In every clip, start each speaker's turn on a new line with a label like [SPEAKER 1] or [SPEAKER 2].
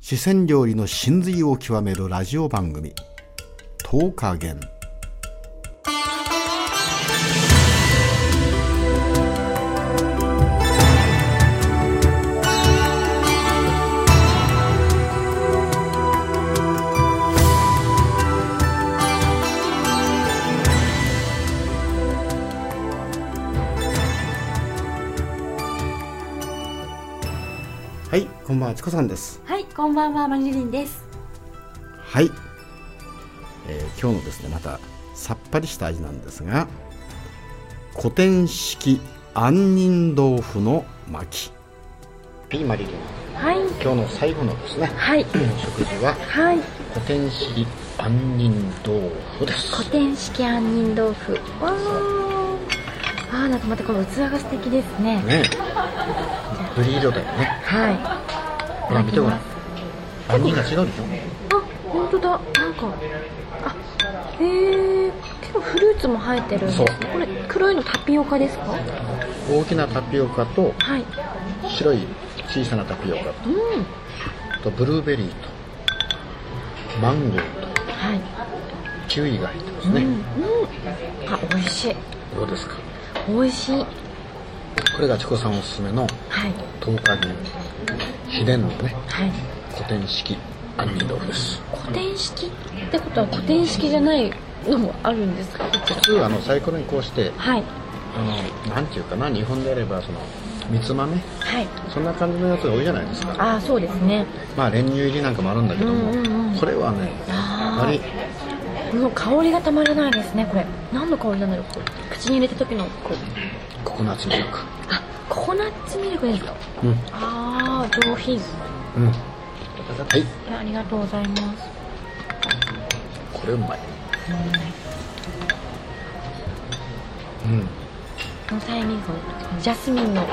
[SPEAKER 1] 四川料理の真髄を極めるラジオ番組「10日元」はいこんばんはちこさんです
[SPEAKER 2] はい、こんばんは、マリリンです。
[SPEAKER 1] はい、えー今日のですねまたさっぱりした味なんですが古典式杏仁豆腐の巻はいマリリン
[SPEAKER 2] はい、
[SPEAKER 1] 今日の最後のですね
[SPEAKER 2] はい、
[SPEAKER 1] 食事は
[SPEAKER 2] はい、
[SPEAKER 1] 古典式杏仁豆腐です
[SPEAKER 2] 古典式杏仁豆腐。わーあー、なんかまたこの器が素敵ですね。
[SPEAKER 1] ね緑色だよね
[SPEAKER 2] はい。
[SPEAKER 1] ほら見てごらん
[SPEAKER 2] い
[SPEAKER 1] 杏仁が違うでしょ
[SPEAKER 2] ただきますあ、本当だ、なんか。あ、えー、結構フルーツも生えてるんですね。
[SPEAKER 1] そう
[SPEAKER 2] これ、黒いのタピオカですか。は
[SPEAKER 1] 大きなタピオカと
[SPEAKER 2] い。
[SPEAKER 1] 白い小さなタピオカ
[SPEAKER 2] うん。
[SPEAKER 1] とブルーベリーとマンゴーと
[SPEAKER 2] はい。
[SPEAKER 1] キウイが入ってますね、
[SPEAKER 2] うん、うん。あ、美味しい。
[SPEAKER 1] どうですか
[SPEAKER 2] 美味しい。は
[SPEAKER 1] これがチコさんおすすめの
[SPEAKER 2] い。
[SPEAKER 1] 10日銀秘伝のね
[SPEAKER 2] はい。
[SPEAKER 1] 古典式杏仁豆腐です
[SPEAKER 2] 古典式ってことは古典式じゃないのもあるんですかこちら
[SPEAKER 1] 普通あのサイコロにこうして
[SPEAKER 2] はい
[SPEAKER 1] あのなんていうかな日本であればその三つ豆
[SPEAKER 2] はい
[SPEAKER 1] そんな感じのやつが多いじゃないですか
[SPEAKER 2] ああそうですね
[SPEAKER 1] まあ練乳入りなんかもあるんだけども、
[SPEAKER 2] うんうんうん
[SPEAKER 1] これはね
[SPEAKER 2] あー
[SPEAKER 1] あまり
[SPEAKER 2] もう香りがたまらないですねこれ何の香りなんだろうこう口に入れた時のこう
[SPEAKER 1] ココナッツミルク
[SPEAKER 2] あココナッツミルクですか
[SPEAKER 1] うん
[SPEAKER 2] ああ上品い
[SPEAKER 1] うんはい
[SPEAKER 2] やありがとうございます
[SPEAKER 1] これうまいうん
[SPEAKER 2] このタイミングジャスミンの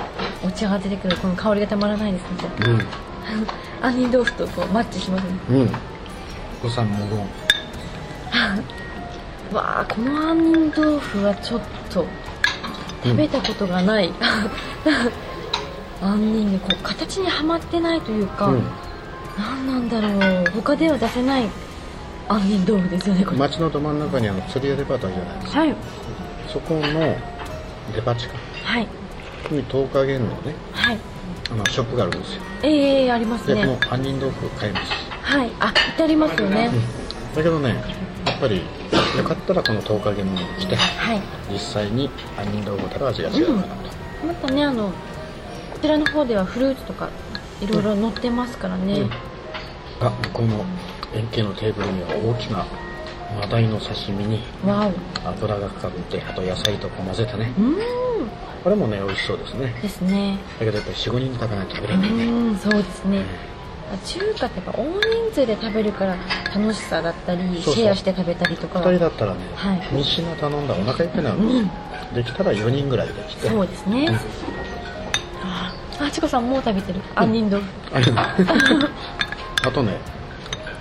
[SPEAKER 2] お茶が出てくるこの香りがたまらないですねこれ 杏仁豆腐とこうマッチしますね
[SPEAKER 1] うんうんお子さん無言
[SPEAKER 2] わあこの杏仁豆腐はちょっと食べたことが ない、杏仁にこう形にはまってないというか、
[SPEAKER 1] う
[SPEAKER 2] なんん、何なんだろう他では出せない杏仁豆腐ですよねこれ、
[SPEAKER 1] 街のど真ん中にあの釣り屋デパートあるじゃないですか
[SPEAKER 2] はい
[SPEAKER 1] そこのデパ地下
[SPEAKER 2] はい
[SPEAKER 1] に10日元のね
[SPEAKER 2] はい
[SPEAKER 1] あのショップがあるんですよ
[SPEAKER 2] ええあります
[SPEAKER 1] で、こ
[SPEAKER 2] ね
[SPEAKER 1] の杏仁豆腐買います
[SPEAKER 2] はいあ至りますよね、
[SPEAKER 1] だけどねやっぱりよかったらこの10日元に来て
[SPEAKER 2] はい
[SPEAKER 1] 実際に杏仁豆腐たら味が違うかなと、
[SPEAKER 2] またねあのこちらの方ではフルーツとかいろいろ乗ってますからね、
[SPEAKER 1] うんあ向こうの円形のテーブルには大きなマダイの刺身に
[SPEAKER 2] わお
[SPEAKER 1] 油がかかってあと野菜とか混ぜたね
[SPEAKER 2] うん
[SPEAKER 1] これもね美味しそうですね
[SPEAKER 2] ですね
[SPEAKER 1] だけどやっぱり45人食べないと食べ
[SPEAKER 2] う
[SPEAKER 1] れないね
[SPEAKER 2] んそうですね中華ってやっぱ大人数で食べるから楽しさだったり
[SPEAKER 1] そうそう
[SPEAKER 2] シェアして食べたりとか
[SPEAKER 1] 2人だったらね、
[SPEAKER 2] はい
[SPEAKER 1] 3品頼んだらお腹いっぱいなの、
[SPEAKER 2] うん
[SPEAKER 1] できたら4人ぐらいできて
[SPEAKER 2] そうですねああちこさんもう食べてる杏仁豆腐
[SPEAKER 1] あれ あとね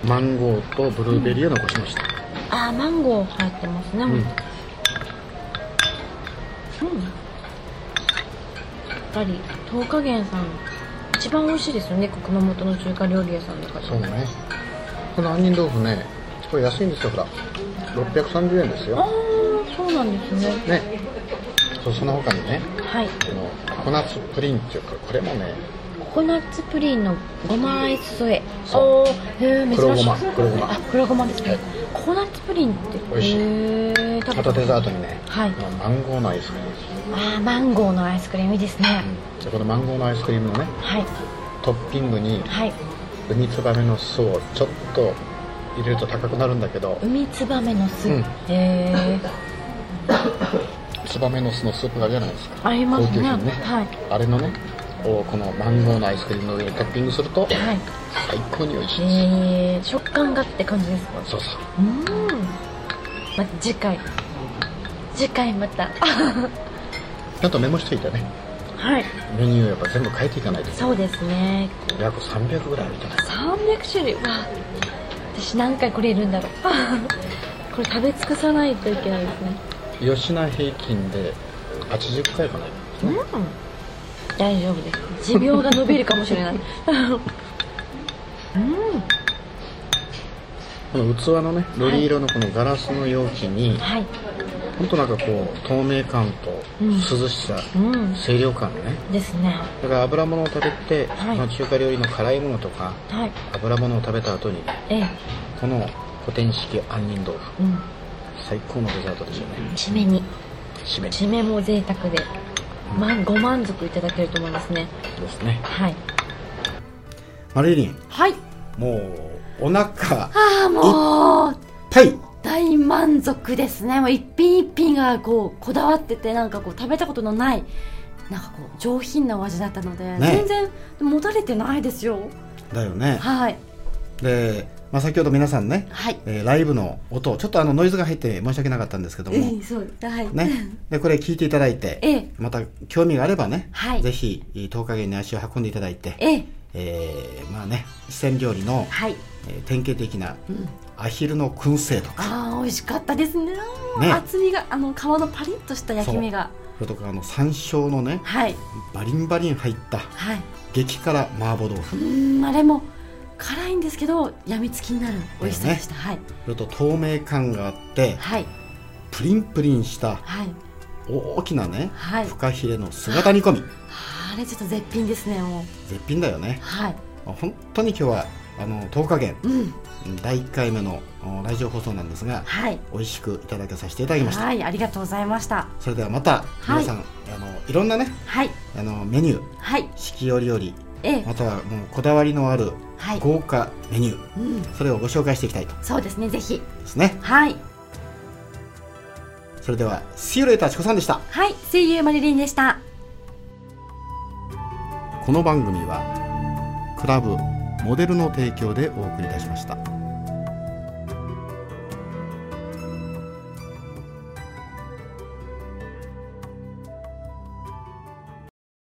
[SPEAKER 1] マンゴーとブルーベリーを残しました、
[SPEAKER 2] ああマンゴー入ってますねうん、
[SPEAKER 1] う
[SPEAKER 2] うんん、やっぱり東華源さん一番美味しいですよね熊本の中華料理屋さんとかで
[SPEAKER 1] そうねこの杏仁豆腐ねこれ安いんですよほら630円です
[SPEAKER 2] あ
[SPEAKER 1] よ
[SPEAKER 2] あそうなんですね
[SPEAKER 1] ねそうその他にね
[SPEAKER 2] はい
[SPEAKER 1] このココナッツプリンっていうかこれもね
[SPEAKER 2] ココナッツプリンのごまあえ酢添え
[SPEAKER 1] そう
[SPEAKER 2] おーへー珍しい
[SPEAKER 1] 黒ごま黒ごま
[SPEAKER 2] あ黒ごまですね、
[SPEAKER 1] はい
[SPEAKER 2] ココナッツプリンって
[SPEAKER 1] 美味しい
[SPEAKER 2] へー食べ
[SPEAKER 1] あとデザートにね、
[SPEAKER 2] はい
[SPEAKER 1] このマンゴーのアイスクリーム、
[SPEAKER 2] あーマンゴーのアイスクリームいいですね、
[SPEAKER 1] うんでこのマンゴーのアイスクリームのね
[SPEAKER 2] はい
[SPEAKER 1] トッピングに
[SPEAKER 2] はい
[SPEAKER 1] 海ツバメの巣をちょっと入れると高くなるんだけど
[SPEAKER 2] 海ツバメの酢、
[SPEAKER 1] うん
[SPEAKER 2] へー
[SPEAKER 1] ツバメの巣のスープがあるじゃないですか
[SPEAKER 2] あります
[SPEAKER 1] 高級
[SPEAKER 2] ね
[SPEAKER 1] 品ね
[SPEAKER 2] はい
[SPEAKER 1] あれのねをこのマンゴーのアイスクリームの上にトッピングすると
[SPEAKER 2] はい
[SPEAKER 1] 最高に美味しいです、
[SPEAKER 2] えー、食感がって感じですか
[SPEAKER 1] そうそう
[SPEAKER 2] うーんまた次回次回また
[SPEAKER 1] ちょっとメモしといてね
[SPEAKER 2] はい
[SPEAKER 1] メニューをやっぱ全部変えていかないと
[SPEAKER 2] そうですね
[SPEAKER 1] 約300ぐらいあるじゃない
[SPEAKER 2] 300種類わあ私何回これいるんだろうこれ食べ尽くさないといけないですね
[SPEAKER 1] 吉菜平均で80回かな
[SPEAKER 2] うん 大丈夫です持病が伸びるかもしれないうん
[SPEAKER 1] この器のね緑色のこのガラスの容器に
[SPEAKER 3] はい
[SPEAKER 1] 本当なんかこう透明感と
[SPEAKER 3] うん
[SPEAKER 1] 涼しさ、
[SPEAKER 3] うん
[SPEAKER 1] 清涼感ね
[SPEAKER 3] ですね
[SPEAKER 1] だから油物を食べて、
[SPEAKER 3] はい
[SPEAKER 1] この中華料理の辛いものとか
[SPEAKER 3] はい
[SPEAKER 1] 油物を食べた後に
[SPEAKER 3] ええ
[SPEAKER 1] この古典式杏仁豆腐
[SPEAKER 3] うん
[SPEAKER 1] 最高のデザートですよね
[SPEAKER 3] 締めに
[SPEAKER 1] 締め
[SPEAKER 3] 締めも贅沢で、ま、ご満足いただけると思いますね
[SPEAKER 1] ですね
[SPEAKER 3] はい
[SPEAKER 1] マリリン
[SPEAKER 2] はい。
[SPEAKER 1] もうお腹
[SPEAKER 2] ああ、もう、
[SPEAKER 1] はい
[SPEAKER 2] 大満足ですね。もう一品一品がこう、こだわってて、なんかこう、食べたことのない、なんかこう、上品なお味だったので、
[SPEAKER 1] ね
[SPEAKER 2] 全然、もたれてないですよ。
[SPEAKER 1] だよね
[SPEAKER 2] はい。
[SPEAKER 1] で、まあ、先ほど皆さんね、
[SPEAKER 2] はい。
[SPEAKER 1] えーライブの音ちょっとあのノイズが入って申し訳なかったんですけども、
[SPEAKER 2] ええ、そう。はい。
[SPEAKER 1] ね、でこれ聞いていただいて、
[SPEAKER 2] ええ
[SPEAKER 1] また興味があればね、
[SPEAKER 2] はい
[SPEAKER 1] ぜひ10日に足を運んでいただいて、
[SPEAKER 2] ええ、
[SPEAKER 1] えーまあね四川料理の、
[SPEAKER 2] はい。
[SPEAKER 1] えー典型的な
[SPEAKER 2] うん
[SPEAKER 1] アヒルの燻製とか、
[SPEAKER 2] ああ、美味しかったですね。
[SPEAKER 1] ね
[SPEAKER 2] 厚みが、あの、皮のパリッとした焼き目が。
[SPEAKER 1] それとかあの山椒のね
[SPEAKER 2] はい。
[SPEAKER 1] バリンバリン入った
[SPEAKER 2] はい。
[SPEAKER 1] 激辛麻婆豆腐
[SPEAKER 2] うーん、あれも、辛いんですけど、やみつきになる美味しさでした。はい。
[SPEAKER 1] それと透明感があって
[SPEAKER 2] はい。
[SPEAKER 1] プリンプリンした
[SPEAKER 2] はい。
[SPEAKER 1] 大きなね
[SPEAKER 2] はい。
[SPEAKER 1] フカヒレの姿煮込み
[SPEAKER 2] あれちょっと絶品ですねもう
[SPEAKER 1] 絶品だよね
[SPEAKER 2] はい
[SPEAKER 1] 本当に今日はあの10日限
[SPEAKER 2] うん
[SPEAKER 1] 第1回目のおラジオ放送なんですが
[SPEAKER 2] はい
[SPEAKER 1] 美味しくいただけさせていただきました
[SPEAKER 2] はいありがとうございました
[SPEAKER 1] それではまた
[SPEAKER 2] は
[SPEAKER 1] 皆
[SPEAKER 2] い
[SPEAKER 1] さん、あのいろんなね
[SPEAKER 2] はい
[SPEAKER 1] あのメニュー
[SPEAKER 2] はい
[SPEAKER 1] 四季折々
[SPEAKER 2] ええ
[SPEAKER 1] またはもうこだわりのある
[SPEAKER 2] はい
[SPEAKER 1] 豪華メニュー、
[SPEAKER 2] うん
[SPEAKER 1] それをご紹介していきたいと
[SPEAKER 2] そうですねぜひ
[SPEAKER 1] ですね
[SPEAKER 2] はい
[SPEAKER 1] それでは See you later チコさんでした
[SPEAKER 2] はい声優マリリンでした
[SPEAKER 1] この番組はクラブモデルの提供でお送りいたしました。